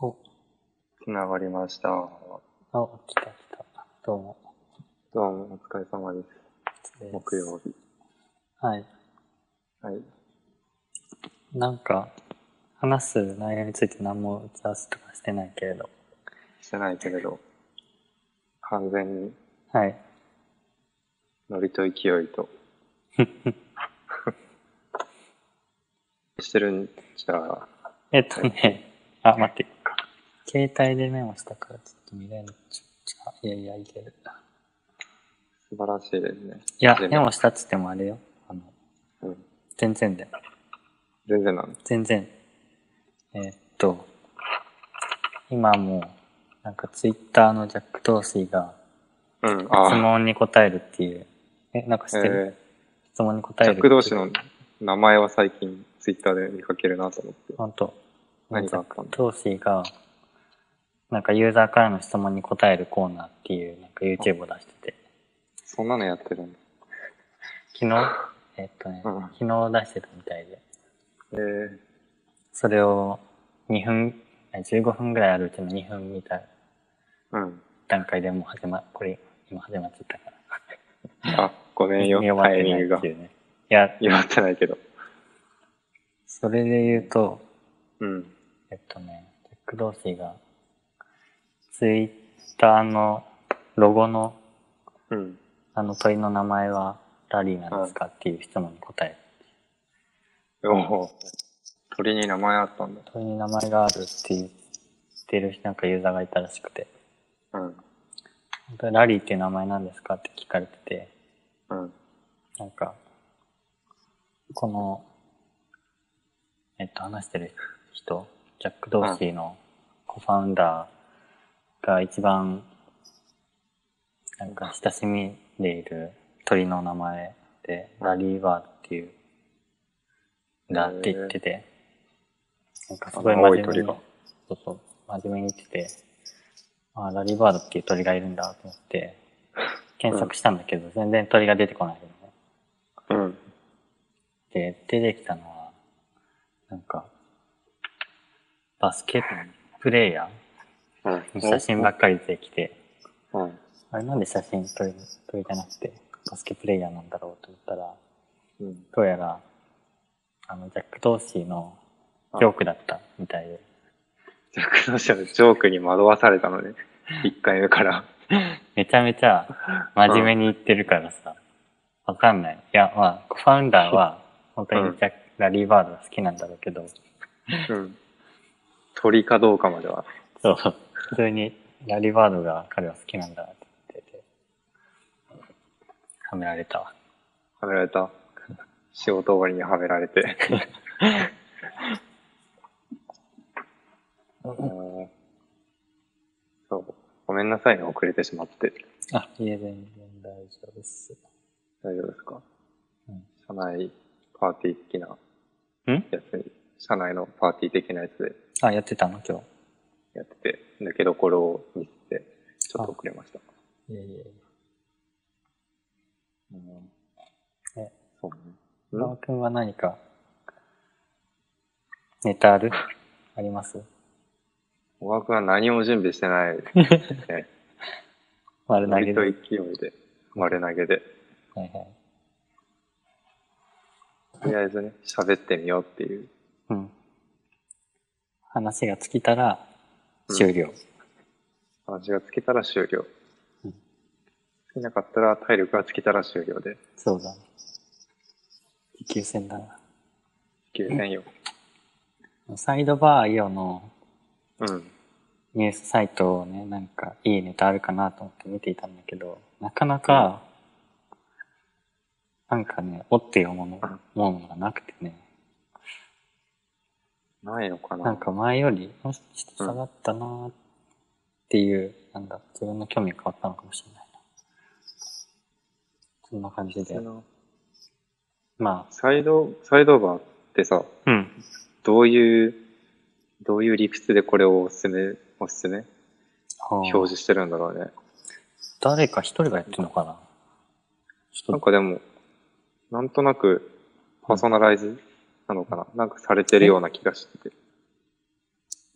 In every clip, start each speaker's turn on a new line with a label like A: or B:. A: お、
B: つながりました。ど
A: あ、来た来た。どうも。
B: うも、お疲れ様です。
A: です
B: 木。曜日。
A: はい。
B: はい。
A: なんか、話す内容について何も打ち合わせとかしてないけれど。
B: してないけれど、完全に
A: はい。
B: ノリと勢いと。してるんじゃあ、
A: えっとね、あ、待って。携帯でメモしたからちょっと見れんのちょ違う。いやいや、いける。
B: 素晴らしいですね。
A: いや、
B: 全部
A: メモしたっつってもあれよ。あの、
B: うん。
A: 全然だよ。
B: 全然なの。
A: 全然。えーっと、今もう、なんかツイッターのジャック・トーシーが
B: うん、
A: 質
B: ああ。
A: 問に答えるっていう。え、なんか知ってる、
B: え
A: 質問に答
B: ー、
A: える
B: ジャック同士の名前は最近ツイッターで見かけるなと思って。
A: 本当
B: 何があったの
A: トーシーがなんかユーザーからの質問に答えるコーナーっていうなんか YouTube を出してて
B: そんなのやってるんだ。
A: 昨日えっとね、
B: うん
A: 昨日出してたみたいで
B: えー、
A: それを2分え15分ぐらいあるうちの2分見た
B: うん。
A: 段階でもう始まこれ今始まっちゃったから
B: あ、ごめんよ
A: 見終、わっ
B: タ
A: て
B: イミ
A: な
B: ン
A: い
B: グが
A: って。いうねいや
B: 祝ってないけど。
A: それで言うと
B: うん。
A: えっとね、ジャック・ドーシーが、ツイッターのロゴの
B: うん。
A: あの鳥の名前はラリーなんですかっていう質問に答え、
B: おお。鳥に名前あったんだ。
A: 鳥に名前があるって言ってるなんかユーザーがいたらしくて、
B: うん。
A: 本当にラリーっていう名前なんですかって聞かれてて、
B: うん。
A: なんか、この、えっと、話してる人、ジャック・ドーシーのコファウンダーが一番、なんか親しみでいる鳥の名前で、ラリーバーっていう、だって言ってて、なんかすごい真
B: あの青い
A: 面目
B: 鳥
A: に
B: が、
A: そうそう、真面目に言ってて、あ、ラリーバードっていう鳥がいるんだと思って、検索したんだけど、全然鳥が出てこないのね。
B: うん。
A: で、出てきたのは、なんか、バスケットプレイヤ
B: うん
A: ーの写真ばっかり出てきて、
B: うん。
A: あれなんで写真撮り、撮りじゃなくて、バスケプレイヤーなんだろうと思ったら、
B: うん。
A: どうやら、あの、ジャック・トーシーのジョークだったみたいで、
B: ジャック同士のジョークに惑わされたのね。一回目から。
A: めちゃめちゃ真面目に言ってるからさ、わかんない。いや、まあ、コファウンダーは、本当にジャック、ラリー・バードが好きなんだろうけど、
B: うん。鳥かどうかまでは。
A: そう、普通にラリーバードが彼は好きなんだなって言ってて、はめられたわ。
B: はめられた。仕事終わりにはめられ て。うんそう。ごめんなさいね、遅れてしまって。
A: あ、いえ、全然大丈夫です。
B: 大丈夫ですか、
A: うん
B: 社内パーティー的なんやつに、社内のパーティー的なやつで
A: あ、やってたの今
B: やってて、抜けどころを見せて、ちょっと遅れました。
A: 日。いえいえ。
B: うん
A: え
B: そうね
A: 馬場君は何か、ネタあるあります
B: 小川君は何も準備し てないですね。
A: 丸投げで。
B: 割と
A: は
B: 勢
A: い
B: いで、丸投げで。
A: はい。
B: とりあえずね、喋ってみようっていう。
A: うん。話が尽きたら、終了。
B: 話がつけたら終了。
A: うん
B: つけなかったら、体力がつけたら終了で、
A: そうだね。持久戦だな。
B: 9 0 0よ。
A: サイドバーイオの
B: うん。
A: ニュースサイトをね、なんかいいネタあるかなと思って見ていたんだけど、なかなか、なんかね、おって読むもの、ものがなくてね、
B: ないのかな
A: なんか前より、もしちょっと下がったなーっていう、なんだ、自分の興味が変わったのかもしれないな。そんな感じ
B: そ
A: で。
B: の
A: ま
B: サイド、サイドバーってさ、
A: あ、うん。
B: どういう、どういう理屈でこれをおすすめ、おすすめ表示してるんだろうね。
A: 誰か一人がやってるのかなちょ
B: なん
A: っと、
B: かでも、なんとなく、パーソナライズなのかな、なんかされてるような気がしてて。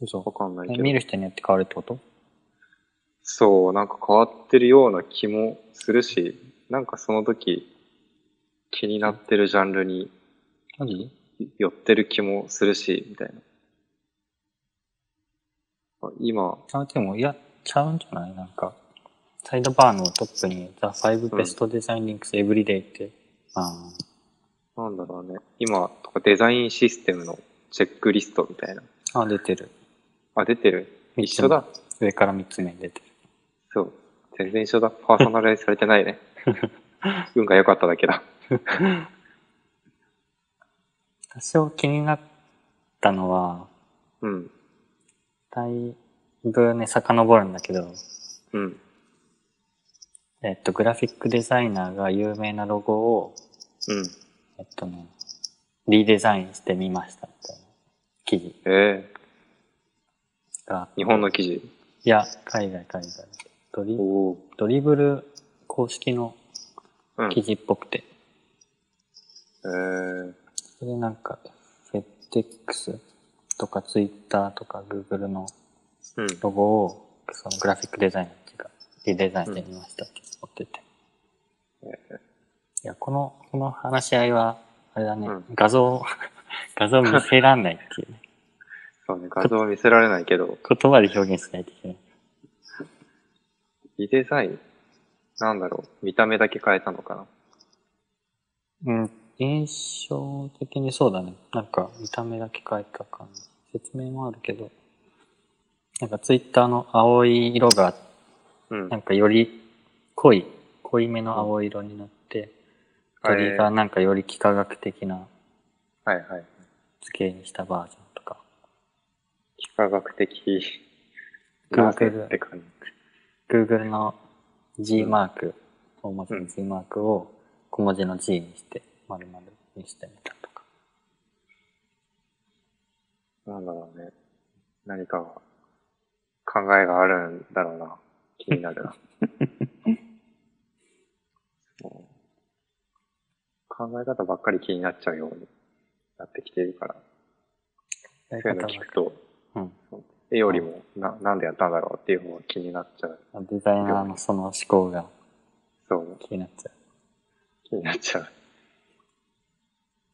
A: 嘘
B: わ。かんないけ
A: え
B: ど。
A: 見る人によって変わるってこと
B: そう、なんか変わってるような気もするし、なんかその時、気になってるジャンルに
A: 何
B: 寄ってる気もするし、みたいな。あ今、
A: ちゃうでも、いや、ちゃうんじゃないなんか、サイドバーのトップに、The Five
B: うん
A: Best Design Links Every Day って、あ
B: なんだろうね。今とかデザインシステムのチェックリストみたいな。
A: ーあ、出てる。
B: あ、出てる。
A: 三
B: 一緒だ。
A: つ目。上から3つ目に出てる。
B: そう。全然一緒だ。パーソナライズされ てないね。運が良かっただけだ。
A: 多少気になったのは、
B: うん。
A: だいぶね、遡るんだけど、
B: うん。
A: えっと、グラフィックデザイナーが有名なロゴを、
B: うん。
A: えっとね、リデザインしてみましたみたいな記事
B: ええ
A: があって
B: 日本の記事。
A: いや、海外、海外。ドリ
B: おお。
A: ドリブル公式の
B: うん。
A: 記事っぽくて、
B: えー、
A: それなんか、フェッテックスとかツイッターとかグーグルの
B: うん。
A: ロゴを、そのグラフィックデザイナーっていうか、リデザインしてみましたって思ってて。いや、この、この話し合いは、あれだね、
B: うん
A: 画像、 画像見せらんないっていうね。
B: そうね、画像は見せられないけど、
A: 言葉で表現しないといけない。
B: リデザインなんだろう見た目だけ変えたのかな
A: うん。印象的にそうだね。なんか、見た目だけ変えた感じ。説明もあるけど、なんかツイッターの青い色が、
B: うん
A: な。んかより濃い、濃いめの青色になって、鳥がなんかより幾何学的な
B: はいはい。
A: 図形にしたバージョンとか。
B: 幾何学的。
A: Google
B: なぜって感じ。
A: Google の G マーク、大文字の G マークを小文字の G にして、丸々にしてみたとか。
B: なんだろうね。何か考えがあるんだろうな。気になる な。そう考え方ばっかり気になっちゃうようになってきているから、
A: や
B: そういうの聞くと、
A: うん。
B: 絵よりもな、なんでやったんだろうっていう方が気になっちゃう。
A: デザイナーのその思考が
B: そう、
A: 気になっちゃ
B: 気になっちゃう。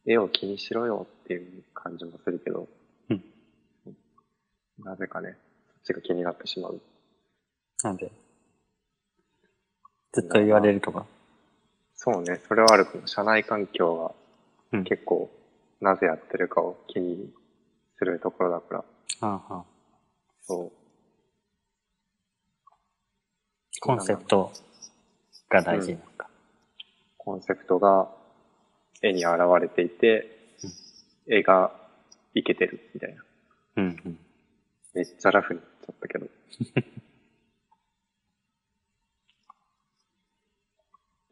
B: 絵を気にしろよっていう感じもするけど、
A: うん
B: なぜかね、そっちが気になってしまう。
A: う。なんで、ずっと言われるとか。
B: そうね、それはあるかも。社内環境
A: う
B: が
A: ん
B: 結構、なぜやってるかを気にするところだから、
A: うんうん
B: そう。
A: コンセプトが大事なのか。
B: コンセプトが絵に現れていて、絵がいけてるみたいな。
A: うんうん。
B: めっちゃラフになっちゃった けど。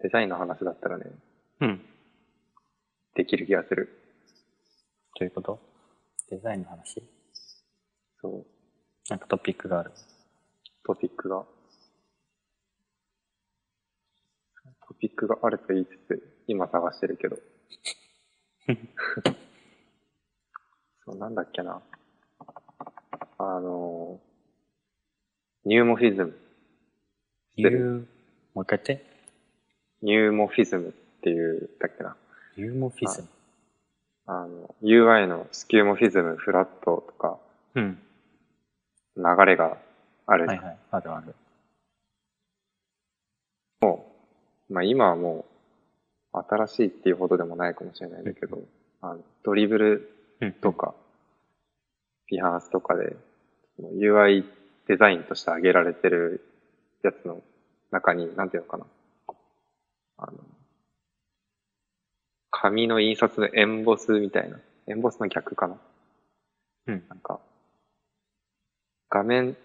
B: デザインの話だったらね、
A: うん。
B: できる気がする。
A: ということデザインの話
B: そう、
A: なんかトピックがある。
B: トピックが。トピックがあると言いつつ、今探して るけど。そう、なんだっけな。あのーニューモフィズム。知ってる
A: ユー、もう一回言って。
B: ニューモフィズムっていう、だっけな。
A: ユーモフィズム。
B: あの、UI のスキューモフィズム、フラットとか、
A: うん。
B: 流れがあるじ
A: はい
B: ゃん
A: はい。あるある。
B: まあ今はもう、新しいっていうほどでもないかもしれないんだけど、あのドリブル
A: うん
B: とか、フィハンスとかで、その UI デザインとして挙げられてるやつの中に、なんていうのかな。あの、紙の印刷のエンボスみたいな。エンボスの逆かな。
A: うん
B: なんか、画面、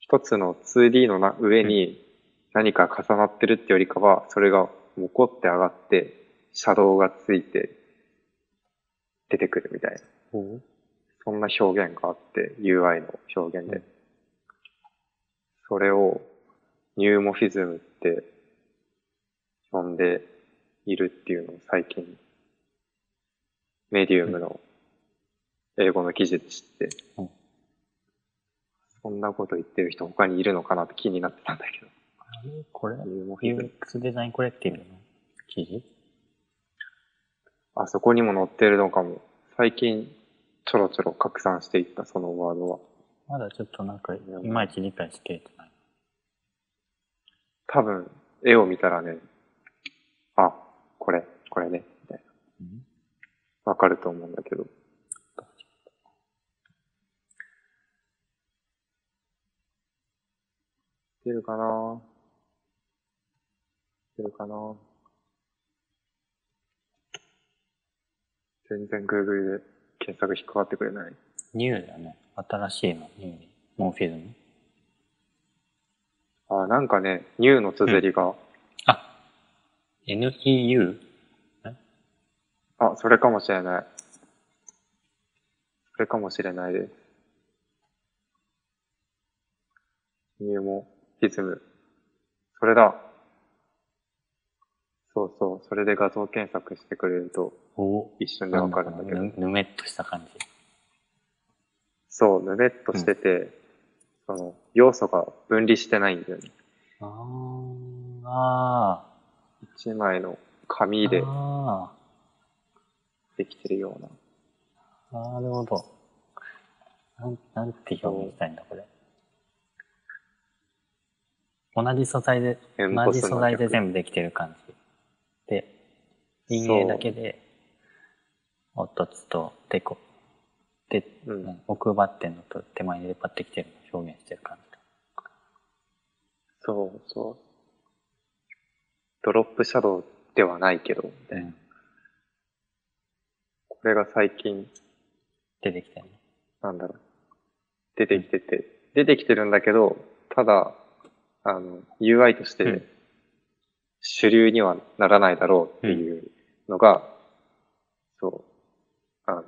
B: 一つの 2D のな上に何か重なってるってよりかは、それがモコって上がって、シャドウがついて、出てくるみたいな。
A: ほう
B: そんな表現があって、UI の表現で。
A: うん
B: それを、ニューモフィズムって呼んでいるっていうのを最近、メディウムの英語の記事で知って、
A: うん
B: こんなこと言ってる人他にいるのかなって気になってたんだけど。
A: これ
B: 入門編
A: ?UX デザインコレクティブの記事
B: あそこにも載ってるのかも。最近、ちょろちょろ拡散していった、そのワードは。
A: まだちょっとなんか、いまいち理解しきれてない。
B: 多分、絵を見たらね、あ、これ、これね、みたいな。
A: うん
B: わかると思うんだけど。出るかな出るかな全然 Google で検索引っかかってくれない。
A: ニューだね。新しいの、ニュー。モンフィズム。
B: あ、なんかね、new の綴りが、
A: あ !NEU?
B: あ、それかもしれない。それかもしれないです。入門、リズム。それだ。そうそう、それで画像検索してくれると
A: お
B: 一瞬でわかるんだけど。
A: ぬぬめっとした感じ。
B: そう、ぬめっとしてて、その、要素が分離してないんだよね。
A: あーあ
B: 一枚の
A: ー。
B: 紙で
A: あ
B: できてるような。
A: ーなるほど。なん、なんて表現したいんだ、これ。同じ素材で、
B: エン
A: 同
B: ボ
A: じ
B: ス
A: 素
B: の
A: 材で
B: 逆
A: 全部できてる感じ。で、陰
B: そう
A: 影だけで、おっとつと、てこ、で、
B: う
A: うんん、奥張ってんのと手前に出っ張ってきてるのを表現してる感じだ。
B: そうそう。ドロップシャドウではないけど、みたいなこれが最近、
A: 出てきてるね。
B: なんだろう、出てきてて、出てきてるんだけど、ただ、あの、UI とし
A: う
B: て
A: ん
B: 主流にはならないだろうっていうのが、そう、あの、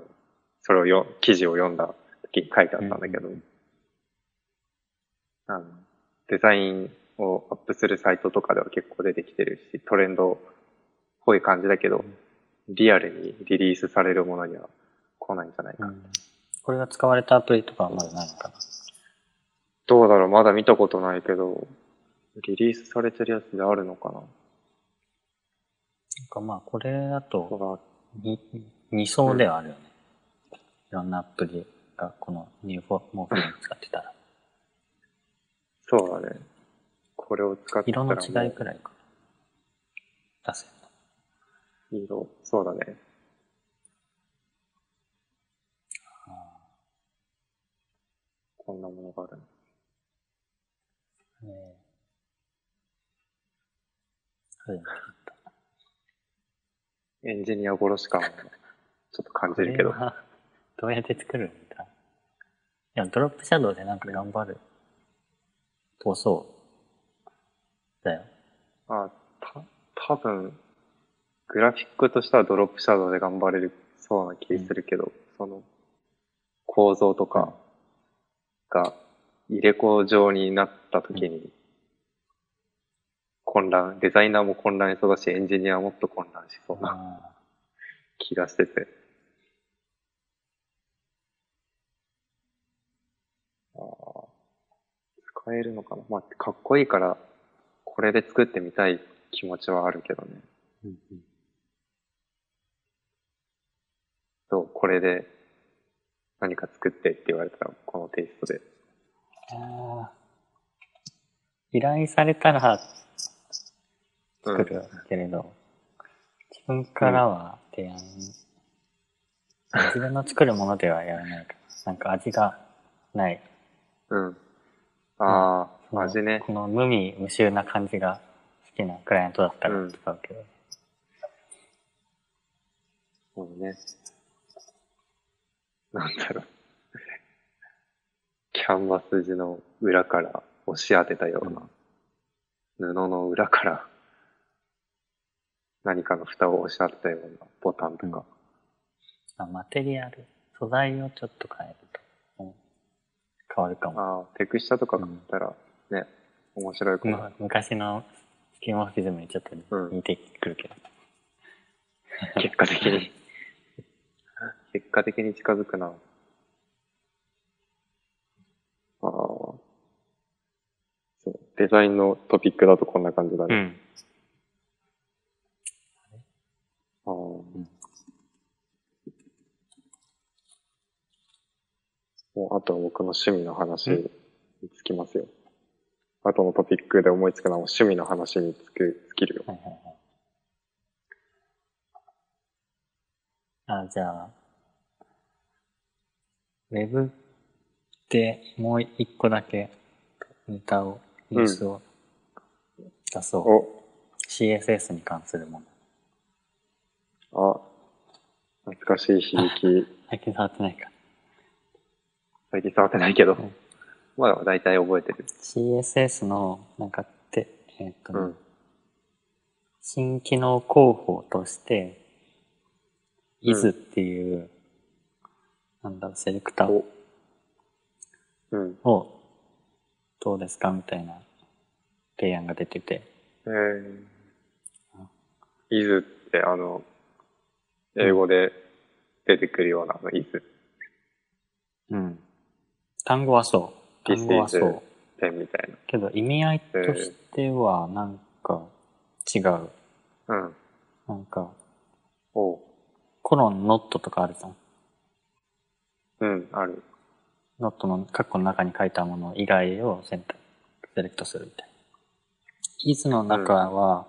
B: それをよ、記事を読んだ時に書いてあったんだけど、
A: う
B: あの、デザインをアップするサイトとかでは結構出てきてるし、トレンドっぽい感じだけど、リアルにリリースされるものには来ないんじゃないか。
A: うんこれが使われたアプリとかはまだないのかな。
B: どうだろうまだ見たことないけど、リリースされてるやつであるのかな
A: なんかまあ、これだ、
B: ことの
A: に二層ではあるよね。いろんなアプリがこのニューフォモーフィンを使ってたら。
B: そうだね。これを使ってた
A: 色
B: ら
A: の
B: もう
A: 違いくらいかな。出せるの。
B: 色、そうだね。こんなものがある。
A: ねえそうだね
B: エンジニア殺し感をちょっと感じるけ
A: こ
B: ど
A: れ。はどうやって作るんだいや、ドロップシャドウでなんか頑張る。とそう。だよ。
B: あ、た、多分、グラフィックとしてはドロップシャドウで頑張れるそうな気するけど、その、構造とかが入れ子状になった時に、混乱、デザイナーも混乱しそうだし、エンジニアはもっと混乱しそうな
A: あ
B: 気がしてて。あー使えるのかなまあ、かっこいいから、これで作ってみたい気持ちはあるけどね。
A: ーうんうん
B: そう、これで何か作ってって言われたら、このテイストで。
A: あー依頼されたら
B: うん
A: 作るけれど、自分からは提案、自分の作るものではやらないかな。なんか味がない。
B: うん。あ
A: そ
B: あ、
A: の
B: 味ね。
A: この無味無臭な感じが好きなクライアントだったら使うけど、
B: そうね。なんだろう。キャンバス地の裏から押し当てたような、布の裏から何かの蓋を押し当てたようなボタンとか。
A: まあマテリアル、素材をちょっと変えると、うん変わるかも。
B: ああ、テクスチャとか買ったらね、面白いかも。
A: まあ、昔のスキーモフィズムにちょっと似てくるけど。
B: 結果的に。結果的に近づくな。ああ。デザインのトピックだとこんな感じだ
A: う
B: ね。
A: ん。う
B: あー
A: ん
B: もうあとは僕の趣味の話
A: うん
B: につきますよ。あとのトピックで思いつくのはもう趣味の話につく、尽きるよ。
A: はいはいはい。あ、じゃあ、ウェブでもう一個だけネタを、ニュースを出そう。
B: お、
A: CSS に関するもの。
B: あ、懐かしい響き。
A: 最近触ってないか。
B: 最近触ってないけど
A: うん。
B: まだ大体覚えてる。
A: CSS の、なんかって、えっ、とね、
B: うん。
A: 新機能候補として、
B: うん
A: is っていう、なんだろう、セレクター
B: お。うん。
A: をどうですかみたいな提案が出てて、
B: えー。イズって、あの、英語で出てくるような、あの、イズ。
A: うん、単語はそう単語はそ
B: This is
A: う
B: ペンみたい
A: けど意味合いとしてはなんか違う
B: な。うん。
A: なんか
B: おう。
A: コロンノットとかあるじゃん
B: うん、ある。
A: ノットの括弧の中に書いたもの以外を選択セレクトするみたいな。イズの中は、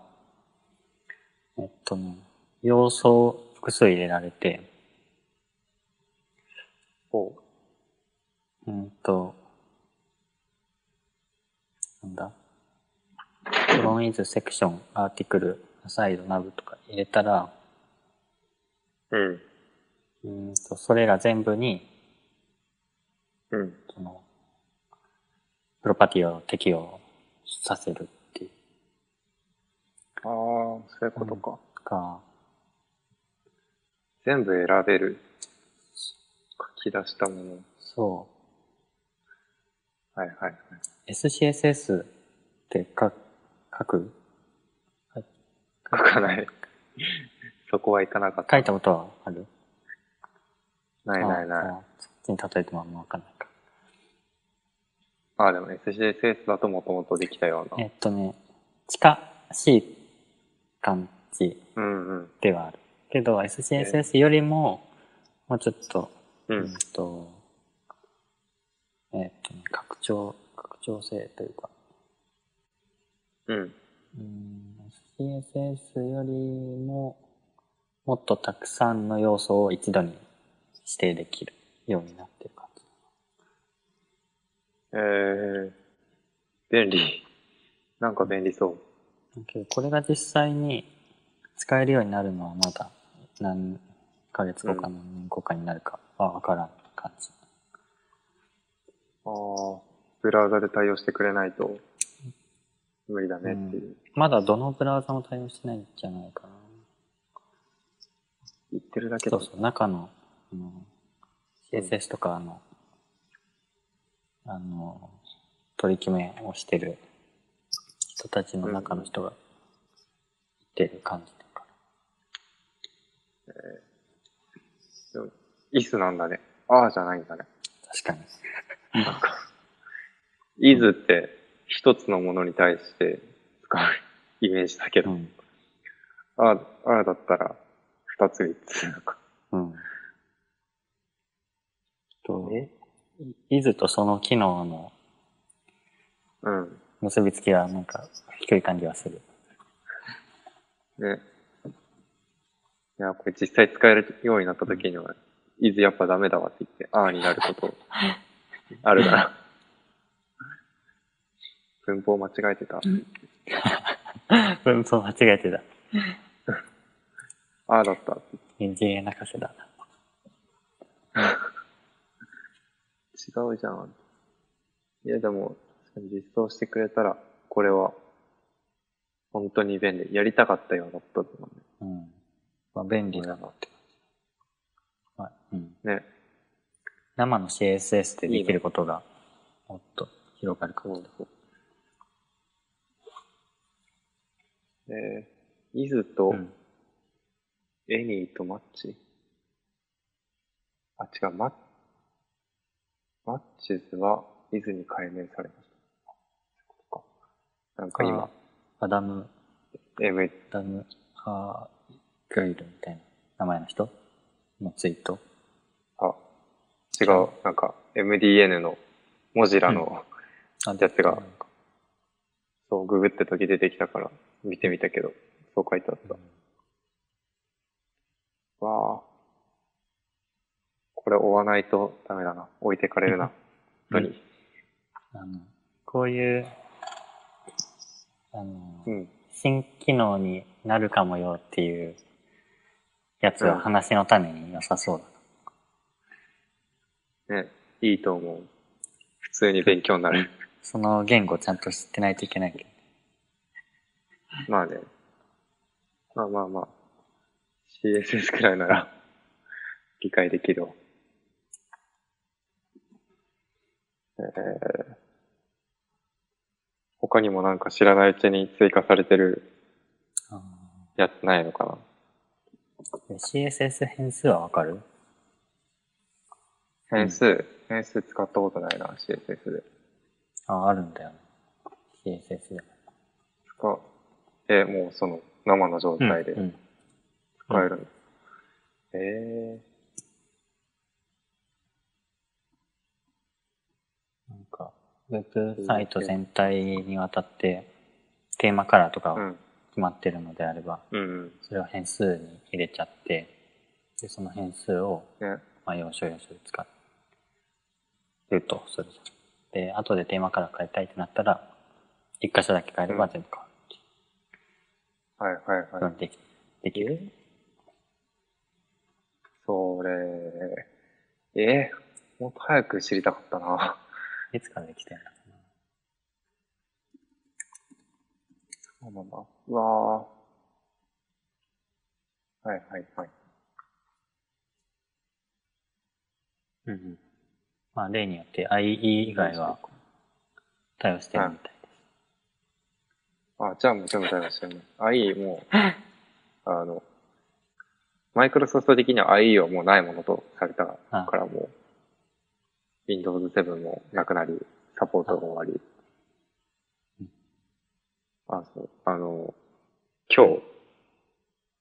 A: えっとね、要素を複数入れられて、
B: おう。
A: うんと、なんだ。フロンイズセクション、アーティクル、アサイド、ナブとか入れたら、
B: うん。
A: うんと、それら全部に、
B: うん。
A: その、プロパティを適用させるっていう
B: ああ、そういうことか。
A: か、
B: 全部選べる。書き出したもの。
A: そ
B: はいはいはい。
A: う、SCSS ってか書く
B: 書かない。 そこはいかなかった。
A: 書いたことはある
B: ないないない。
A: あそっちに例えてもあんまわかんないか。
B: ああ、でも SJSS だともともとできたよう
A: え
B: な。
A: っとね、近しい感じ。
B: うんうん。
A: ではあるけど SCSS よりももうちょっと,、
B: う
A: うん
B: ん。
A: とえっとね拡張拡張性というか
B: うん。
A: うん SCSS よりももっとたくさんの要素を一度に指定できるようになってる感じ
B: えー、便利。なんか便利そう。
A: だけどこれが実際に使えるようになるのはまだ何ヶ月後か
B: う
A: 何年後かになるかは分からん感じ、
B: ああ、ブラウザで対応してくれないと無理だねっていう。
A: まだどのブラウザも対応してないんじゃないかな
B: 言ってるだけ
A: そ
B: だ
A: う。そう、中の、あの CSS とかあの、あの、取り決めをしてる人たちの中の人がいてる感じだか
B: イスなんだね。ああじゃないんだね。
A: ら。確かに。
B: なんか、イズって一つのものに対して使うイメージだけ
A: う
B: ど、
A: ん。
B: ああ、ああだったら二つ三つなんか。
A: うん。と、いずとその機能の
B: うん。
A: 結びつきはなんか低い感じはす る。
B: ね。いや、これ実際使えるようになった時には、イズやっぱダメだわって言って、ああになる こと、あるから。文法間違えてた。
A: 文法間違えてた。
B: ああだった。
A: NGA 泣かせだ。
B: 違うじゃん。いや、でも、実装してくれたら、これは、本当に便利。やりたかったようなことだもん
A: うん。まあ便利だなって。まあ、うん。
B: ね。ね。
A: 生の CSS でできることがもっと広がるかも。
B: えー、イズと
A: うん
B: エニーとマッチ、あ、違う、マッ、マッチズはイズに改名されました。そっかなんか今、
A: あアダム、
B: M、
A: アダム・ハーグイルみたいな名前の人のツイート。
B: あ、違う、なんか MDN のモジラの、
A: あ
B: やつがそう、ググった時出てきたから見てみたけど、そう書いてあった。わあ。これ追わないとダメだな。置いてかれ るな。
A: うん
B: 本当に。
A: あのこういう、あの、
B: うん。
A: 新機能になるかもよっていうやつは話の種に良さそうだな。
B: ね、いいと思う。普通に勉強になる。
A: その言語ちゃんと知ってないといけないけど。
B: まあね。まあまあまあ。CSS くらいなら、理解できるわ。えー、他にもなんか知らないうちに追加されてる
A: あ
B: やつないのかな
A: ー CSS 変数はわかる
B: 変数、変数使ったことないな、CSS で。
A: ああ、あるんだよね。CSS で。
B: 使え、もうその生の状態で
A: うんうん
B: 使えるの。え
A: なんか、ウェブサイト全体にわたって、テーマカラーと
B: ー、う
A: か
B: ん。
A: 決まってるのであれば、
B: うんうん。
A: それを変数に入れちゃって、で、その変数を、
B: ね。
A: まあ、要所要所で使うとするじゃん。で、後でテーマカラー変えたいってなったら、一箇所だけ変えれば全部変わるって
B: はいはいは
A: いう。
B: い
A: のにでき、できる。
B: それ、えー、もっと早く知りたかったな。
A: いつからできてるんだろうな。
B: そうなんだ。うわー。はいはいはい。
A: うんうん。まあ、例によって IE 以外は対応してるみたいです。
B: あ、じゃあもう全部対応してるね。IE もう、あの、マイクロソフト的には IE はもうないものとされたからもう、Windows 7もなくなり、サポートが終わり。あ、そう、あの、今日、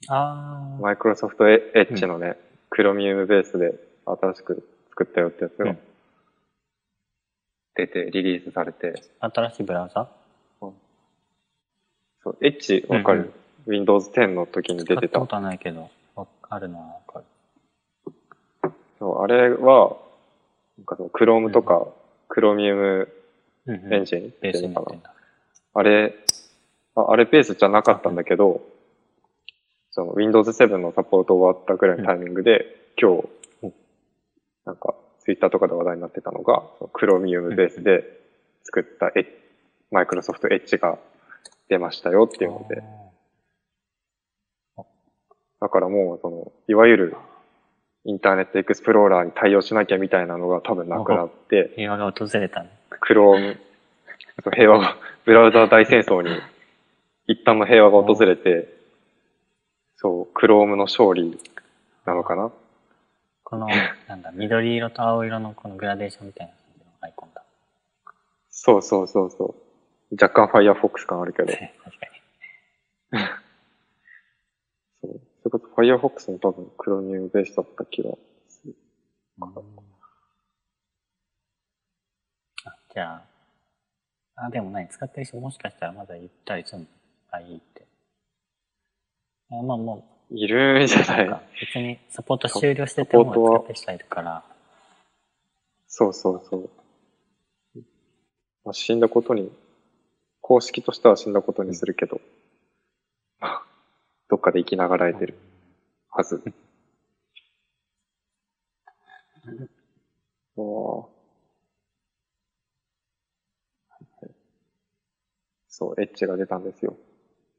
A: あー。
B: マイクロソフトエッジのね、クロミウムベースで新しく作ったよってやつ
A: う
B: が
A: ん
B: 出てリリースされて、
A: 新しいブラウザ
B: そう、エッジわかる、?Windows 10の時に出
A: 使
B: て
A: った
B: た
A: こ。とはないけど、わあるのはわかる。
B: そう、あれは、なんかその Chrome とか、Chromium
A: うん
B: エンジンって
A: ベ
B: い
A: ース
B: う
A: にな
B: の
A: っ
B: か
A: て
B: な。
A: んだ。
B: あれ、ああれベースじゃなかったんだけど、その Windows 7のサポート終わったくらいのタイミングで、今
A: う
B: 日
A: ん、
B: なんか Twitter とかで話題になってたのが、その Chromium ベースで作ったエッ、Microsoft Edge が出ましたよっていうので、だからもう、その、いわゆる、インターネットエクスプローラーに対応しなきゃみたいなのが多分なくなって、
A: 平和が訪れたね。
B: クローム、そう平和が、ブラウザー大戦争に、一旦の平和が訪れて、そう、クロームの勝利なのかな
A: こ の、なんだ、緑色と青色のこのグラデーションみたいな感じのアイコン だ。
B: そうそうそうそう。若干ファイアフォックス感あるけど、
A: 確か
B: そう。それこそファイアフォックスも多分クロニウムベースだった気がする。
A: に。あ、じゃあ、あ、でもない、使ってる人もしかしたらまだ言ったりするのあ、いいって。あまあも
B: いるんじゃ
A: う、
B: な
A: なんか
B: い
A: 別にサポート終了してても
B: サポートは
A: 使ってる人はいるから、
B: そうそうそう。まあ、死んだことに、公式としては死んだことにするけど、 どっかで生きながらえてるはず。 もうそう、エッジが出たんですよ。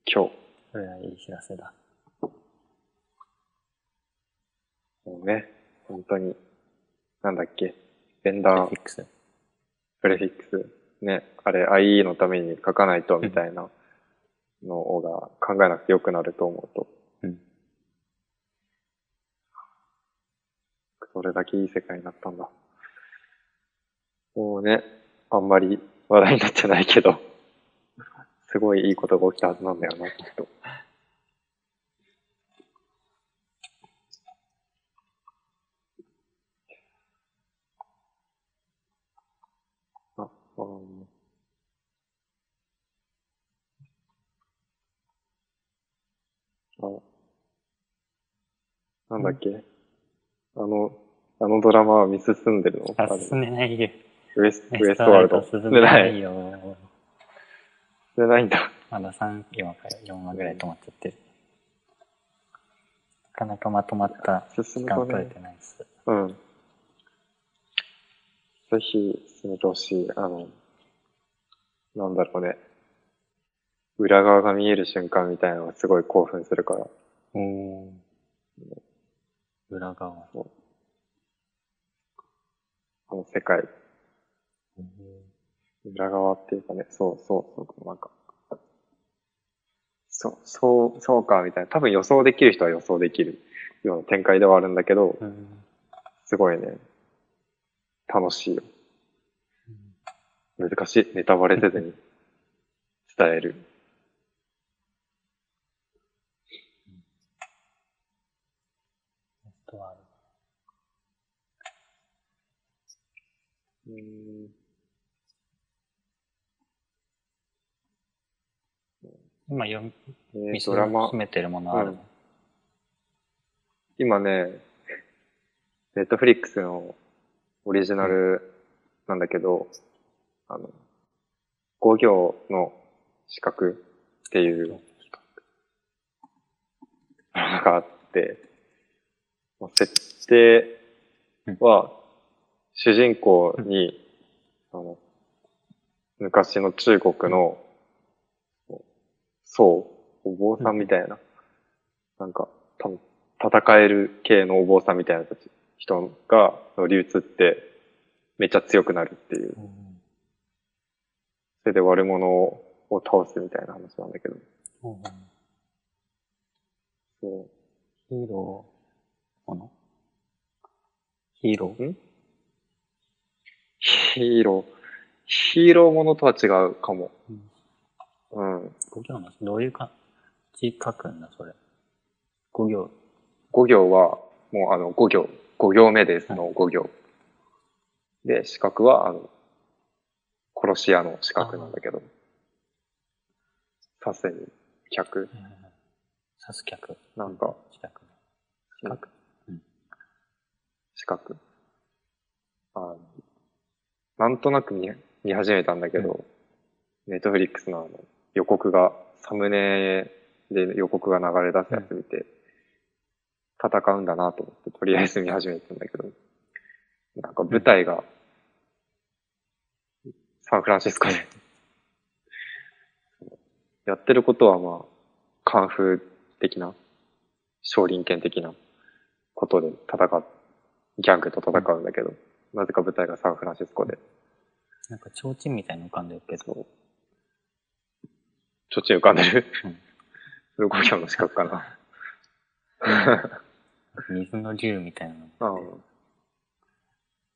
B: 今日。
A: それはいい知らせだ。
B: もうね、本当に、なんだっけ、ベン
A: プ
B: ダ
A: レ
B: ー
A: フィックス。
B: プレフィックス、ね、あれ IE のために書かないとみたいなのが考えなくてよくなると思うと、
A: うん。
B: それだけいい世界になったんだ。もうね、あんまり話題になってないけど、 すごいいいことが起きたはずなんだよな、きっと。あ、あーあ、なんだっけ、あの、あのドラマは見進んでるの
A: あ
B: あの
A: 進めないよ。
B: ウエス
A: エ
B: ウエ
A: ス
B: ス
A: ト
B: ト
A: ワ
B: ワ
A: ー
B: ー
A: ルド
B: ルド。
A: 進
B: 進
A: め
B: め
A: な
B: ないい。
A: よ。
B: 進めないんだ。
A: まだ3、4話か4話ぐらい止まっちゃってる。なかなかまとまった時
B: 進
A: 間
B: む
A: 取
B: と
A: れ
B: ね
A: て。ないです。
B: うん。ぜひ進めてほしい。あの、なんだろうね。裏側が見える瞬間みたいなのがすごい興奮するから。
A: おお。裏側。
B: あの世界、裏側っていうかね、そうそう、そう、なんか。そう、そう、そうか、みたいな。多分予想できる人は予想できるような展開ではあるんだけど、
A: うん。
B: すごいね、楽しいよ。難しい。ネタバレせずに伝える。
A: エストワール
B: うん
A: ド今読み、見
B: えー、
A: 進
B: ドラマ、
A: めてるものあるの、
B: 今ね、ネットフリックスのオリジナルなんだけど、あの、5行の資格っていうドラマがあって、まあ設定は、主人公に、あの、昔の中国の、そう、お坊さんみたいな、なんか、多分戦える系のお坊さんみたいな人たち人が流通ってめっちゃ強くなるっていう。
A: うん
B: それで悪者を倒すみたいな話なんだけど。
A: うん
B: そ
A: ヒーローものヒーロー
B: う。んヒーロー、ヒーローものとは違うかも。うん。
A: 五行のどういうか字書くんだ、それ。五行。
B: 五行は、もうあの、五行。五行目ですの五行。で、四角は、あの、殺し屋の四角なんだけど。させに、客。
A: うん刺す客。
B: なんか、
A: 四角。四角。
B: 四角。あのなんとなく見見始めたんだけど、ネットフリックスのあの予告が、サムネで予告が流れ出すやつ見て、戦うんだなと思って、とりあえず見始めたんだけど、なんか舞台が、サンフランシスコで、やってることはまあ、カンフー的な、少林拳的なことで戦っ、ギャングと戦うんだけど、なぜか舞台がサンフランシスコで、
A: なんか、提灯みたいなの浮かんでるけど。
B: そう。ちょっちゅう浮かんでる
A: うん。
B: それ五行の資格かな。
A: 水の竜みたいなの。
B: うん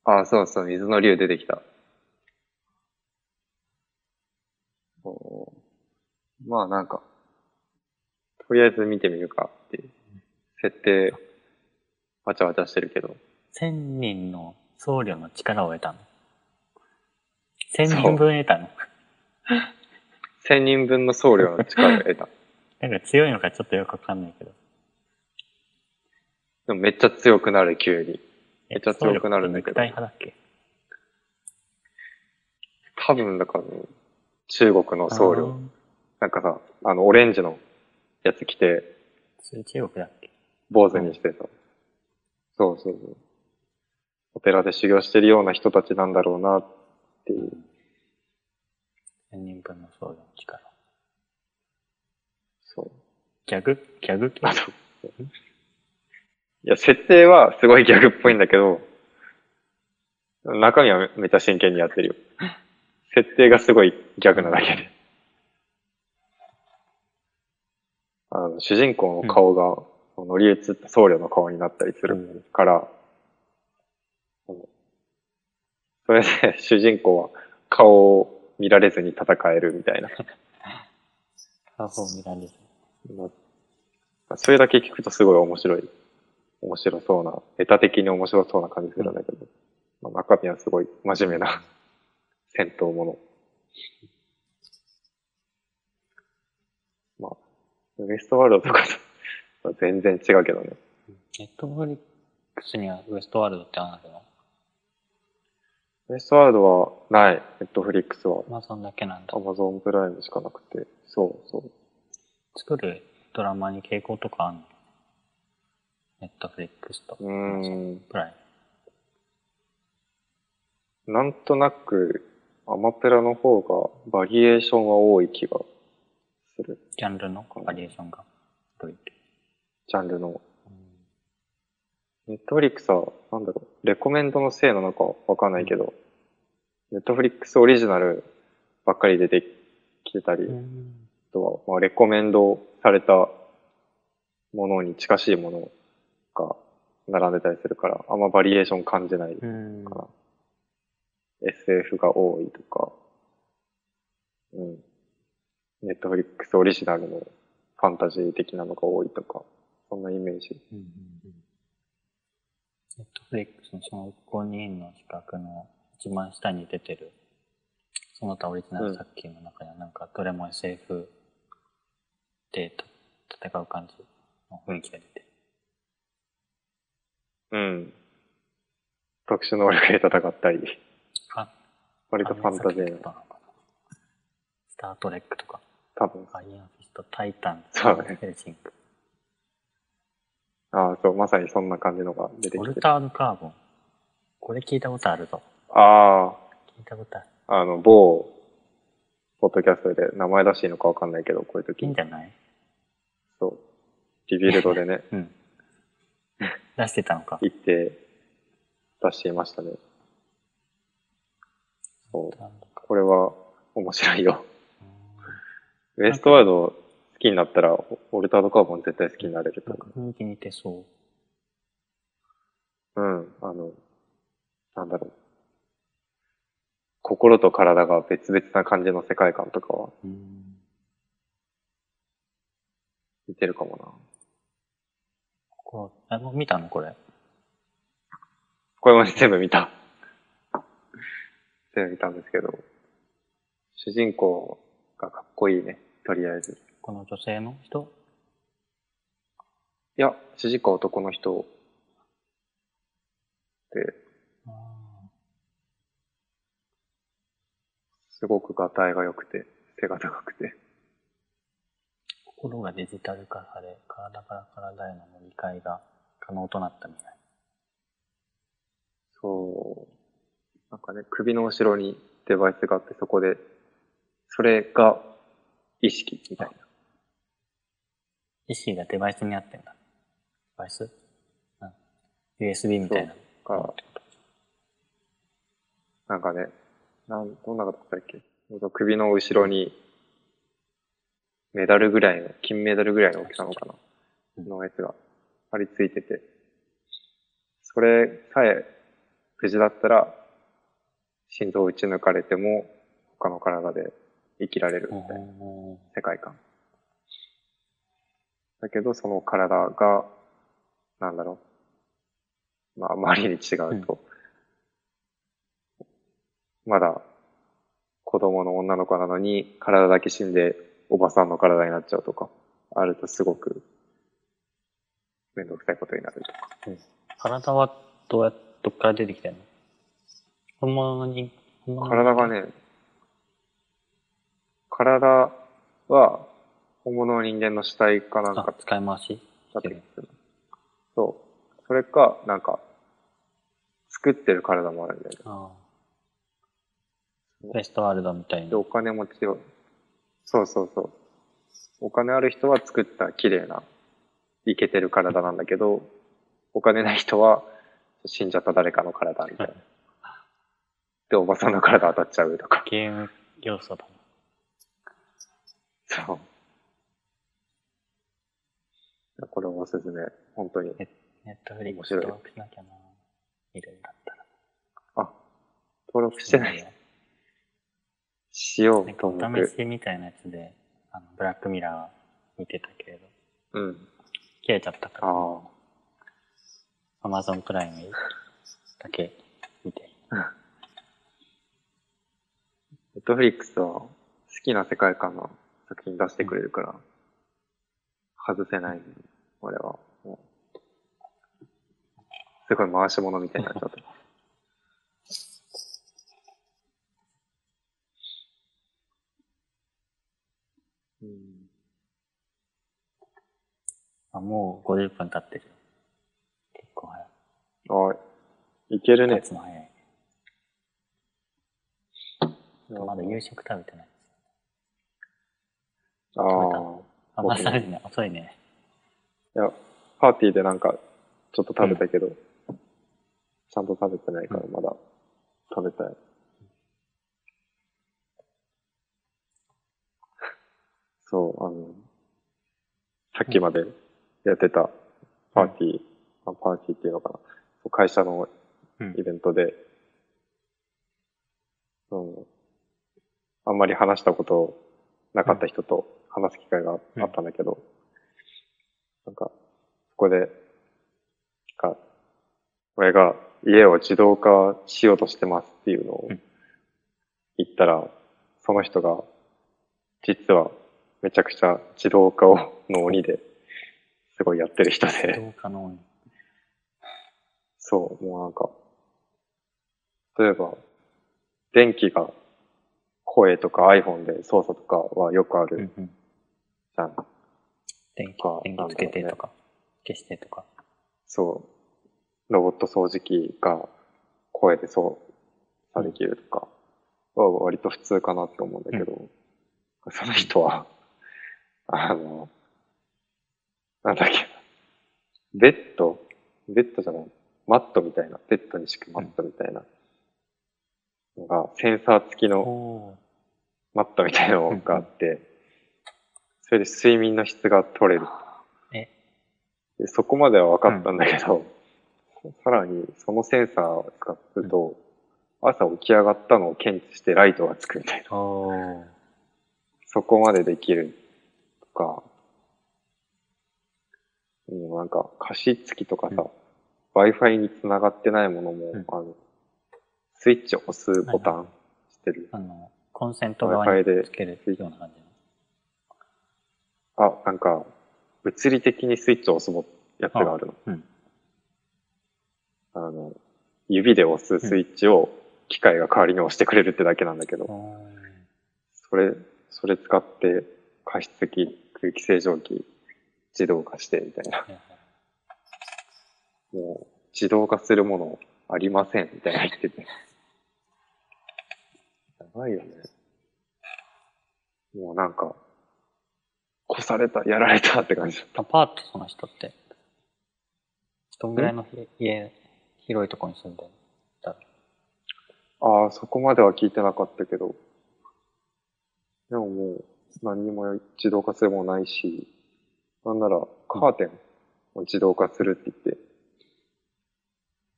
B: ああ、そうそう、水の竜出てきた。おーまあなんか、とりあえず見てみるかっていう。設定、わちゃわちゃしてるけど。
A: 千人の僧侶の力を得たの。千人分得たの。
B: 千人分の僧侶の力を得た。
A: なんか強いのかちょっとよくわかんないけど。
B: でもめっちゃ強くなる、急に。
A: え
B: めっちゃ強くなるんだけど
A: 僧侶って肉体派だっけ
B: 多分、だから、中国の僧侶。。なんかさ、あの、オレンジのやつ着て、
A: それ中国だっけ
B: 坊主にしてさ、そうそうそう。お寺で修行してるような人たちなんだろうなっていう。
A: 千人分の僧侶の力。
B: そう。
A: ギャグギャグ系
B: あと、いや、設定はすごいギャグっぽいんだけど、中身はめめっちゃ真剣にやってるよ。設定がすごいギャグなだけで。あの、主人公の顔が、この乗り移った僧侶の顔になったりする。
A: うん
B: から、それで主人公は顔を見られずに戦えるみたいな。
A: 画像見られる。
B: まあそれだけ聞くとすごい面白い。面白そうな、ネタ的に面白そうな感じするんだけど、まあ、中身はすごい真面目な 戦闘もの。まあ、ウエストワールドとかと まあ全然違うけどね。
A: ネットフリックスにはウエストワールドってあるの
B: ウエストワールドはない、ネットフリックスは。
A: アマゾンだけなんだ
B: ア。マゾンプライムしかなくて。そうそう。
A: 作るドラマに傾向とかあるのネットフリックスと。
B: うーん。
A: プライム。
B: なんとなく、アマプラの方がバリエーションは多い気がする。
A: ジャンルのバリエーションがどういって。
B: ジャンルの。
A: うん
B: ネットフリックスは、なんだろう、レコメンドのせいなのかわかんないけど、ネットフリックスオリジナルばっかり出てきてたり、あとは、まあ、レコメンドされたものに近しいものが並んでたりするから、あんまバリエーション感じないか
A: うん。
B: な。SF が多いとか、うん。ネットフリックスオリジナルのファンタジー的なのが多いとか、そんなイメージ。
A: うんうんうんネットフリックスのその5人の資格の一番下に出てる、その他オリジナル作品の中にはなんかどれも SF でと戦う感じの雰囲気が出て。
B: うん。特殊能力で戦ったり、
A: あ、
B: 割とファン
A: とか
B: タジーな、
A: なのかなスタートレックとか、
B: 多分。
A: アイアンフィスト、タイタン、
B: そうだね
A: ヘルシンク、
B: ああ、そう、まさにそんな感じのが出て
A: オ
B: き
A: ル
B: てる。
A: タードカーボン。これ聞いたことあるぞ。
B: あ
A: 聞いたことある。
B: あ、あの、某、ポッドキャストで名前出していいのかわかんないけど、こうい
A: い
B: う
A: い
B: 時
A: んじゃない
B: そう、リビルドでね、
A: うん。出してたのか。
B: 行って、出していましたね。そう、これは面白いよ。ウエストワールド好きになったら、オオルタードカーボン絶対好きになれると
A: なん
B: 思う
A: か雰囲気似てそう。
B: うん、あの、なんだろう。心と体が別々な感じの世界観とかは
A: うん。
B: 似てるかもな。
A: こうあの、見たのこれ。
B: これも全部見た。 全部見たんですけど、主人公がかっこいいね、とりあえず。
A: この女性の人
B: いや、主人公は男の人で、
A: あー
B: すごくがたいが良くて、背が高くて。
A: 心がデジタル化され、体から体への乗り換えが可能となったみたい。
B: そう。なんかね、首の後ろにデバイスがあって、そこで、それが意識みたいな。
A: 意思がデバイスになってんだ。デバイスうん。USB みたいな。
B: そうかなんかね、なん、どんな方だったっけほんと首の後ろに、メダルぐらいの、金メダルぐらいの大きさのかな
A: うん
B: のやつが、ありついてて。それさえ、無事だったら、心臓を打ち抜かれても、他の体で生きられるみたいな
A: おー
B: 世界観。だけど、その体が、なんだろう。まあ、あまりに違うと、まだ、子供の女の子なのに、体だけ死んで、おばさんの体になっちゃうとか、あるとすごく、めんどくさいことになるとか。
A: 体はどうやっどっから出てきてんの本物に、本物の
B: 体がね、体は、本物の人間の死体かなんか
A: あ、使い回し
B: だったりする。そう。それか、なんか、作ってる体もあるんだよね。
A: ああ。ウエストワールドみたい
B: で、
A: な。
B: お金持ちを、そうそうそう。お金ある人は作った綺麗な、イケてる体なんだけど、お金ない人は死んじゃった誰かの体みたいな。で、おばさんの体当たっちゃうとか。
A: ゲーム要素だな。
B: そう。これおすすめ。本当に。
A: ネットフリックス
B: 面白い
A: 登録しなきゃな。見るんだったら。
B: あ、登録してない。
A: よ。
B: しよう、
A: なんか
B: 登
A: お
B: 録
A: 試。しみたいなやつで、あの、ブラックミラー見てたけれど、
B: うん。
A: 消えちゃったから、
B: ああ。
A: アマゾンプライムだけ見て。
B: ネットフリックスは好きな世界観の作品出してくれるから、外せない、俺は。もうすごい回し物みたいになっちゃった。 うん、
A: あ、もう50分経ってるよ。結構早い。
B: あ、いける
A: 経
B: ね。
A: つの早い。まだ夕食食べてない。
B: ああ。
A: あ、
B: 僕も
A: まあ、食べてない。遅いね。
B: いや、パーティーでなんか、ちょっと食べたけど、ちゃんと食べてないからまだ食べたい。そう、あの、さっきまでやってたパーティー、あパーティーっていうのかな、そう会社の
A: うん
B: イ。ベントで、うん、あんまり話したことなかった人と話す機会があったんだけど、なんか、そこで、なんか、俺が家を自動化しようとしてますっていうのを
A: うん
B: 言ったら、その人が、実はめちゃくちゃ自動化をの鬼ですごいやってる人で。
A: どうかの
B: そう、もうなんか、例えば、電気が声とか iPhone で操作とかはよくあ
A: う
B: る
A: んうん。
B: じゃん。
A: 電気
B: か、
A: 電気つけてとか、消してとか。
B: そう、ロボット掃除機が声で操作できるとかは割と普通かなって思うんだけど、その人は、あの、なんだっけ、ベッドベッドじゃない、マットみたいな、ベッドに敷くマットみたいなのが、センサー付きの、
A: お
B: マットみたいなのがあって、それで睡眠の質が取れる。
A: え
B: でそこまでは分かったんだけど、さらにそのセンサーを使うと、朝起き上がったのを検知してライトがつくみたいな。
A: おお
B: そこまでできるとか、もうなんか、加湿器とかさ、Wi-Fi に繋がってないものも、
A: うん
B: あの、スイッチを押すボタ
A: はい
B: ンしてる。
A: あの、コンセント側につけるような感じの。
B: あ、なんか、物理的にスイッチを押すボやつがあるの。
A: うん。
B: あの、指で押すスイッチを機械が代わりに押してくれるってだけなんだけど、
A: おー
B: それ、それ使って加湿器、空気清浄機、自動化してみたいな。
A: はいはい
B: もう、自動化するものありませんみたいな言ってて。やばいよね。もうなんか、越された、やられたって感じだった。
A: アパート、その人って。どんぐらいのひ家、広いとこに住んでる
B: ああ、そこまでは聞いてなかったけど。でももう、何にも自動化するものないし、なんならカーテンを自動化するって言って、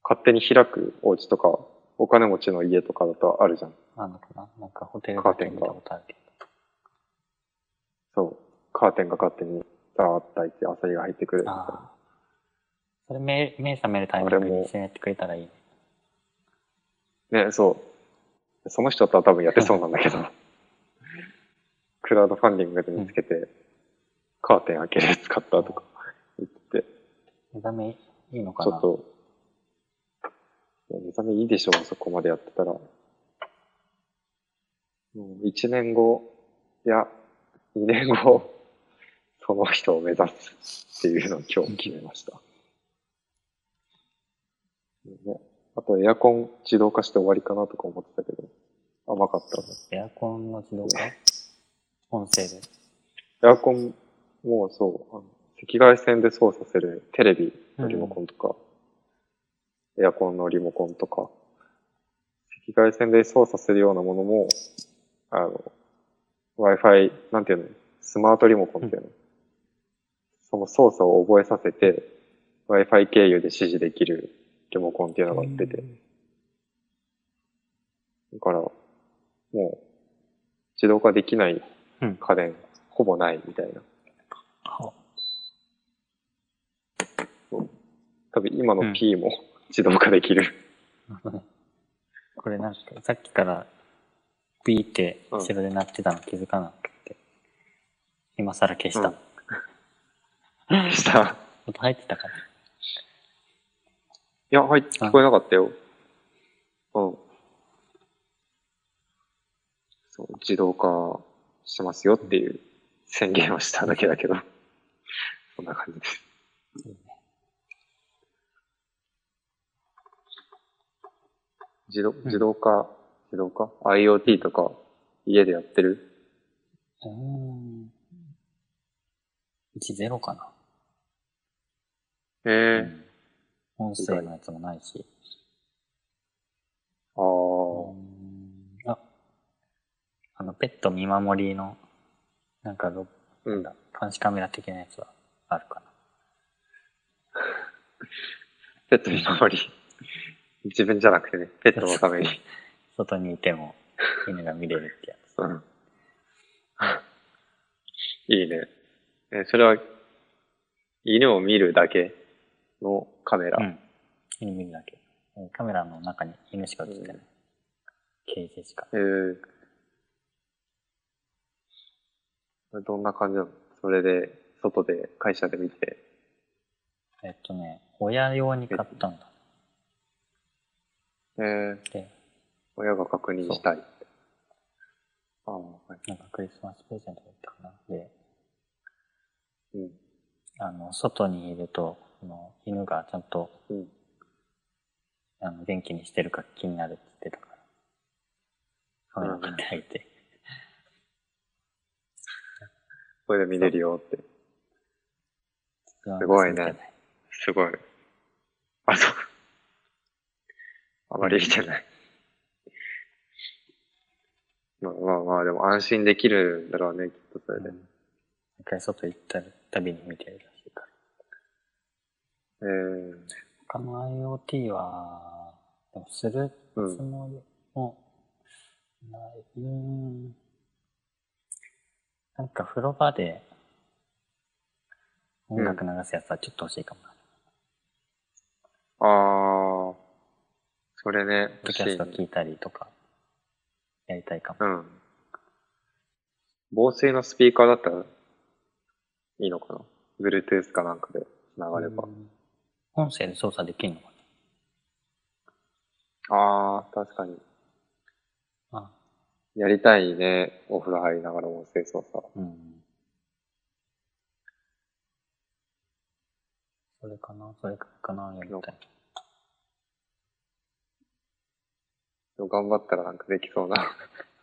B: 勝手に開くお家とか、お金持ちの家とかだとあるじゃん。
A: あんのかななんかホテル
B: カー
A: だ
B: テ
A: け
B: ン
A: 見
B: が
A: たことあるけど。
B: そう。カーテンが勝手にザーッと開いて、アサリが入ってくるみたい
A: あ
B: な。
A: あ。それ目、目覚めるタイミング
B: あれも
A: に一緒にやってくれたらいいね。
B: ね、そう。その人とは多分やってそうなんだけど、クラウドファンディングで見つけて、カーテン開けるやつ買ったとか言ってて、
A: 目覚めいいのか
B: ちょ
A: な
B: っと、いや目覚めいいでしょう、そこまでやってたら。もう一年後、いや、二年後、 その人を目指すっていうのを今日決めました。ね、あとエアコン自動化して終わりかなとか思ってたけど、甘かったな。
A: エアコンの自動化音声で。
B: エアコンもそう、あの赤外線で操作するテレビのリモコンとか、エアコンのリモコンとか、赤外線で操作するようなものも、あの、Wi-Fi、なんていうの、スマートリモコンっていうの、その操作を覚えさせて、Wi-Fi 経由で指示できるリモコンっていうのが出て、だから、もう、自動化できない
A: うん
B: 家電ほぼないみたいな。
A: は
B: 多分今
A: うん
B: の P も 自動化できる。
A: これなんか、さっきから、ビーって後ろで鳴ってたの気づかなくて、今更消した。
B: うんした。
A: 音入ってたから。
B: いや、はい、聞こえなかったよ。うん。そう、自動化してますよっていう宣言をしただけだけど、そんな感じです。自動、自動化、自動化 ?IoT とか家でやってる
A: うーん。10かな。
B: ええ
A: うん音声のやつもないし。
B: ああ、
A: うーんあ、あの、ペット見守りの、なんかロ、
B: うんだ。
A: 監視カメラ的なやつはあるか
B: ペット見守り。自分じゃなくてね、ペットのために。
A: な。外にいても、犬が見れるってやつ。
B: うんいいね。え、それは、犬を見るだけのカメラ。
A: うん。犬見るだけ。うんカメラの中に犬しか映ってない。ケージしか。
B: えーこれどんな感じなのそれで、外で、会社で見て。
A: えっとね、親用に買ったんだ
B: えー
A: って、
B: 親が確認したい。ああ、はい。
A: なんかクリスマスプレゼントだったかな。で、
B: うん。
A: あの、外にいると、この犬がちゃんと
B: うん。
A: あの元気にしてるか気になるって言ってたから。カメラ買ってあげて。
B: これで見れるよって。
A: す
B: すごいね。すごい。あ、そう。あまり見てない。まあまあまあ、でも安心できるんだろうね、きっとそれで。
A: 一回外行ったたびに見てるらしいから。
B: うん。
A: 他の IoT は、でもするつ
B: うん
A: もりもない。うーん。なんか風呂場で音楽流すやつはちょっと欲しいかもな。
B: ああ、それね、
A: ポッドキャスト聞いたりとか、やりたいかも。
B: うん。防水のスピーカーだったらいいのかな ?Bluetooth かなんかで流れば
A: う。ん音声で操作できるのか
B: ああ、確かに。
A: なあ、
B: やりたいね。お風呂入りながら音声操作。
A: うん。それかなそれかなやりたい。
B: 頑張ったらなんかできそうな。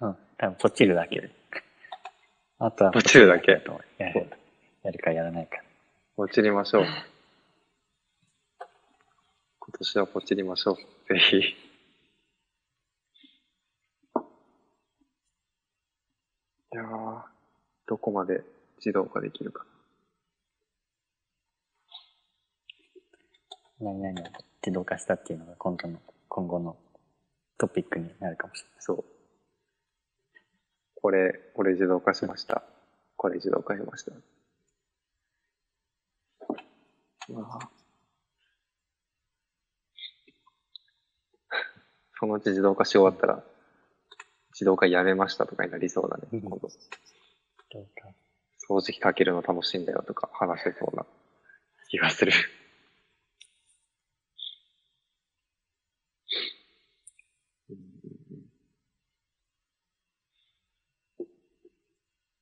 A: うん。多分ポチるだけ。あとは
B: ポチるだけ
A: ポチるだけだと思うやるやるかやらないか。
B: ポチりましょう。今年はポチりましょう。ぜひ。いやー、どこまで自動化できるか。
A: 何々を自動化したっていうのが今度の、今後のトピックになるかもし
B: そう。これ、これ自動化しました。これ自動化しました。うわぁ そのうち自動化し終わったら、自動化やめましたとかになりそうだね。
A: うん
B: 今度
A: れない。どうか
B: 掃除機かけるの楽しいんだよとか話せそうな気がする。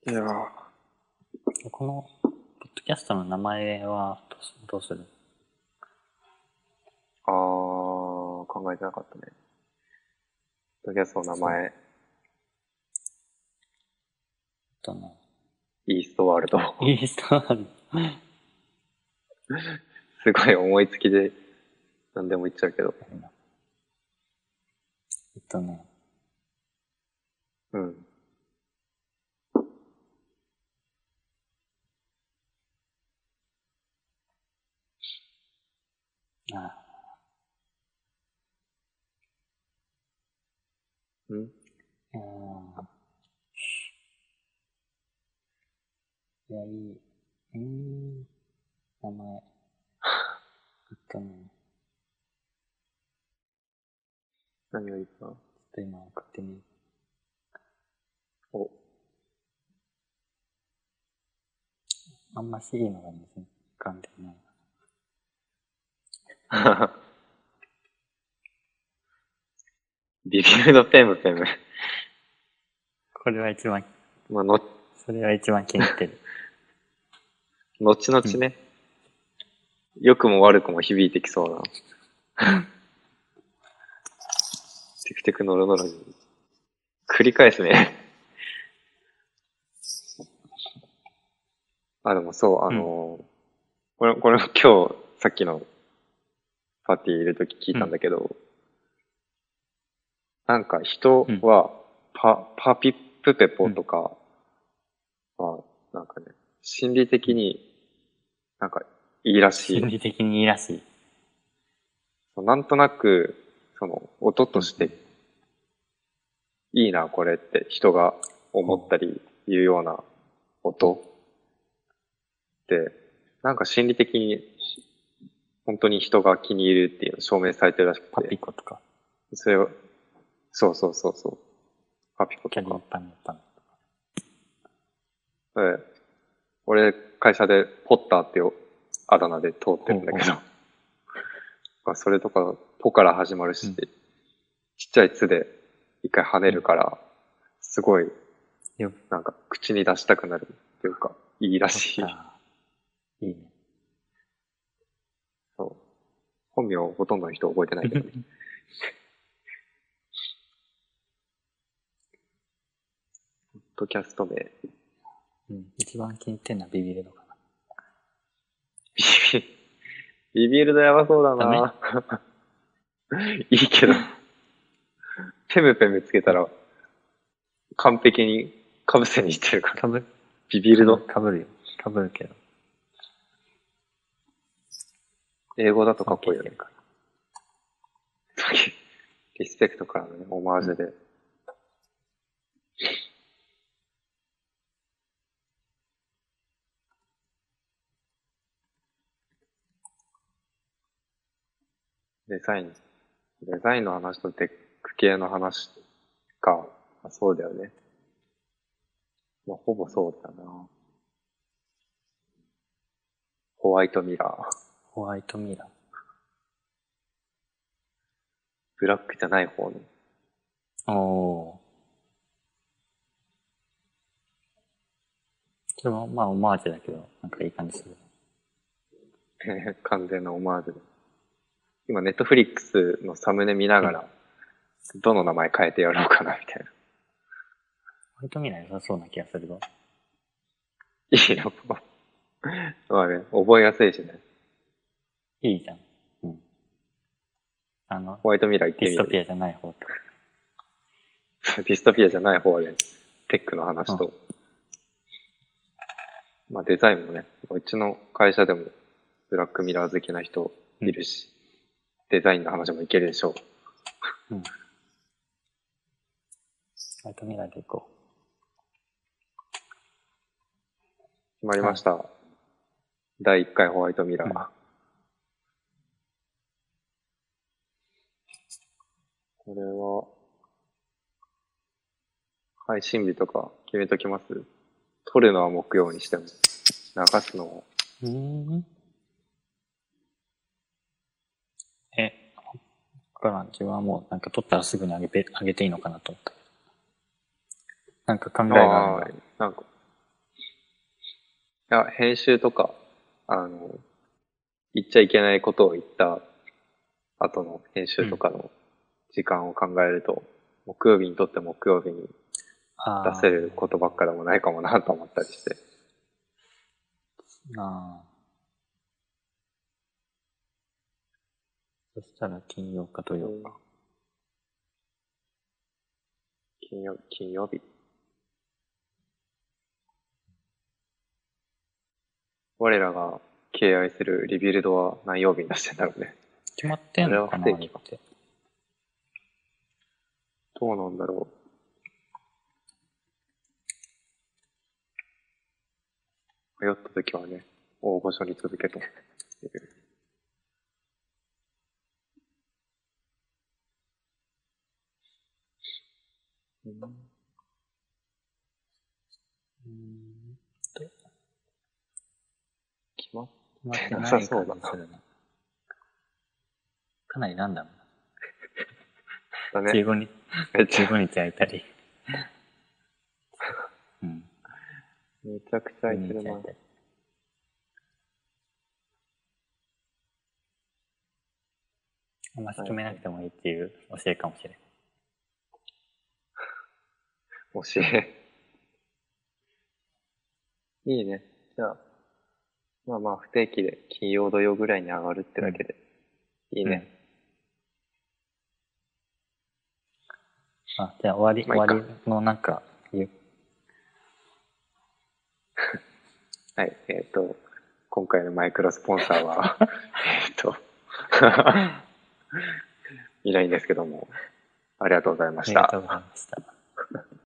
B: いやー
A: この、ポッドキャストの名前はどうすどうする
B: あー、考えてなかったね。ポッドキャストの名前、
A: どの
B: イーストワールド。
A: イースターの
B: すごい思いつきで何でも言っちゃうけど。
A: えっとね、
B: うん。
A: あ
B: うん
A: うーんいや、いい。うーん。名前。いいかな。ちょ
B: 何がいいかな
A: っと今送ってみる。
B: お、
A: あんましいいのがですね。浮かんでない。
B: ビビルドペムペム。
A: これは一番、
B: まあ、の、
A: それは一番気に入ってる。
B: 後々ね、良、くも悪くも響いてきそうな。テクテクノロノロジー。繰り返すね。あ、でもそう、あのーこれ、これも今日、さっきのパーティーいるとき聞いたんだけど、なんか人は、パ、パピプペポとか、は、なんかね、心理的に、なんか、いいらしい
A: 心。理的にいいらしい。
B: なんとなく、その、音として、いいな、これって人が思ったり言うような音って、なんか心理的に、本当に人が気に入るっていうのが証明されてるらし
A: パ
B: く
A: ピ
B: て、
A: コとか、
B: それを、そうそうそうそう、パピコ
A: キャ
B: と
A: リー
B: か。
A: パンパン。
B: うん俺、会社でポッターっていうあだ名で通ってるんだけど、 まあそれとか、ポから始まるし、
A: うん
B: ちっちゃいつで一回跳ねるから、すごい、
A: よ
B: なんか口に出したくなるっていうか、いいらしい。
A: かった。いいね。
B: そう本名ほとんどの人覚えてないけ どね。ポッドキャスト名。
A: うん。一番気に入ってんのはビビるのか
B: ビ ビビビルドやばそうだな。 いいけど。ペムペムつけたら、完璧に被せにいってるか
A: な。
B: ら。
A: かぶ
B: ビビルド。
A: かぶるよ。かぶるけど。
B: 英語だとかっこいいよ
A: 尊敬して
B: ね
A: る。から
B: リスペクトからのね、オマージュで。デザイン。デザインの話とテック系の話か。まあそうだよね。まあ、ほぼそうだな。ホワイトミラー。
A: ホワイトミラー。
B: ブラックじゃない方の。
A: おー。それも、まあ、オマージュだけど、なんかいい感じする。
B: 完全なオマージュで。今、ネットフリックスのサムネ見ながら、どの名前変えてやろうかな、みたいな。
A: ホワイトミラー良さそうな気がするぞ。
B: いいよ。まあね、覚えやすいしね。
A: いいじゃん。うん。あの、
B: ホワイトミラー行って
A: ディ
B: み
A: ス
B: る
A: ト。ピアじゃない方と。
B: ディストピアじゃない方で、テックの話と。まあデザインもね、うちの会社でもブラックミラー好きな人いるし、デザインの話もいけるでしょう。
A: うん。ホワイトミラーでいこ
B: 決まりました。第1回ホワイトミラー。
A: うん
B: これは、配信日とか決めときます撮るのは木曜にしても、流すのも
A: う。うーん。え、わからん。自分はもう、なんか撮ったらすぐにあげて、あげていいのかなと思ったけど。なんか考えがあ
B: あ
A: るんだ。
B: あ、なんか。いや、編集とか、あの、言っちゃいけないことを言った後の編集とかの時間を考えると、木曜日にとって木曜日に
A: あー
B: 出せることばっかでもないかもなと思ったりして。
A: ああ。そしたら金曜か土曜か。
B: 金曜、金曜日。我らが敬愛するリビルドは何曜日に出してんだろうね。
A: 決まってんのかな
B: あれは不定期
A: あれって
B: どうなんだろ迷った時はね、大御所に続けと。うん
A: うん
B: 決まっ
A: まあ、
B: なさそうだ
A: ない
B: な
A: 感じするなかなりランダム
B: た
A: な。
B: ね。
A: 15日、
B: めちゃ
A: 15日空いた り。うん。
B: めちゃくちゃ空いてるな。
A: たり。あんまり決めなくてもいいっていう教えかもしれない。
B: 教え。いいね。じゃあ、まあまあ不定期で金曜土曜ぐらいに上がるってだけで。いいね。
A: あ、じゃあ終わり、
B: まあいいか
A: 終わりのなんか言う、
B: はい。えっ、と、今回のマイクロスポンサー は、えっと、 いないんですけども、ありがとうございま
A: あ
B: し
A: り
B: た
A: が。とうございました。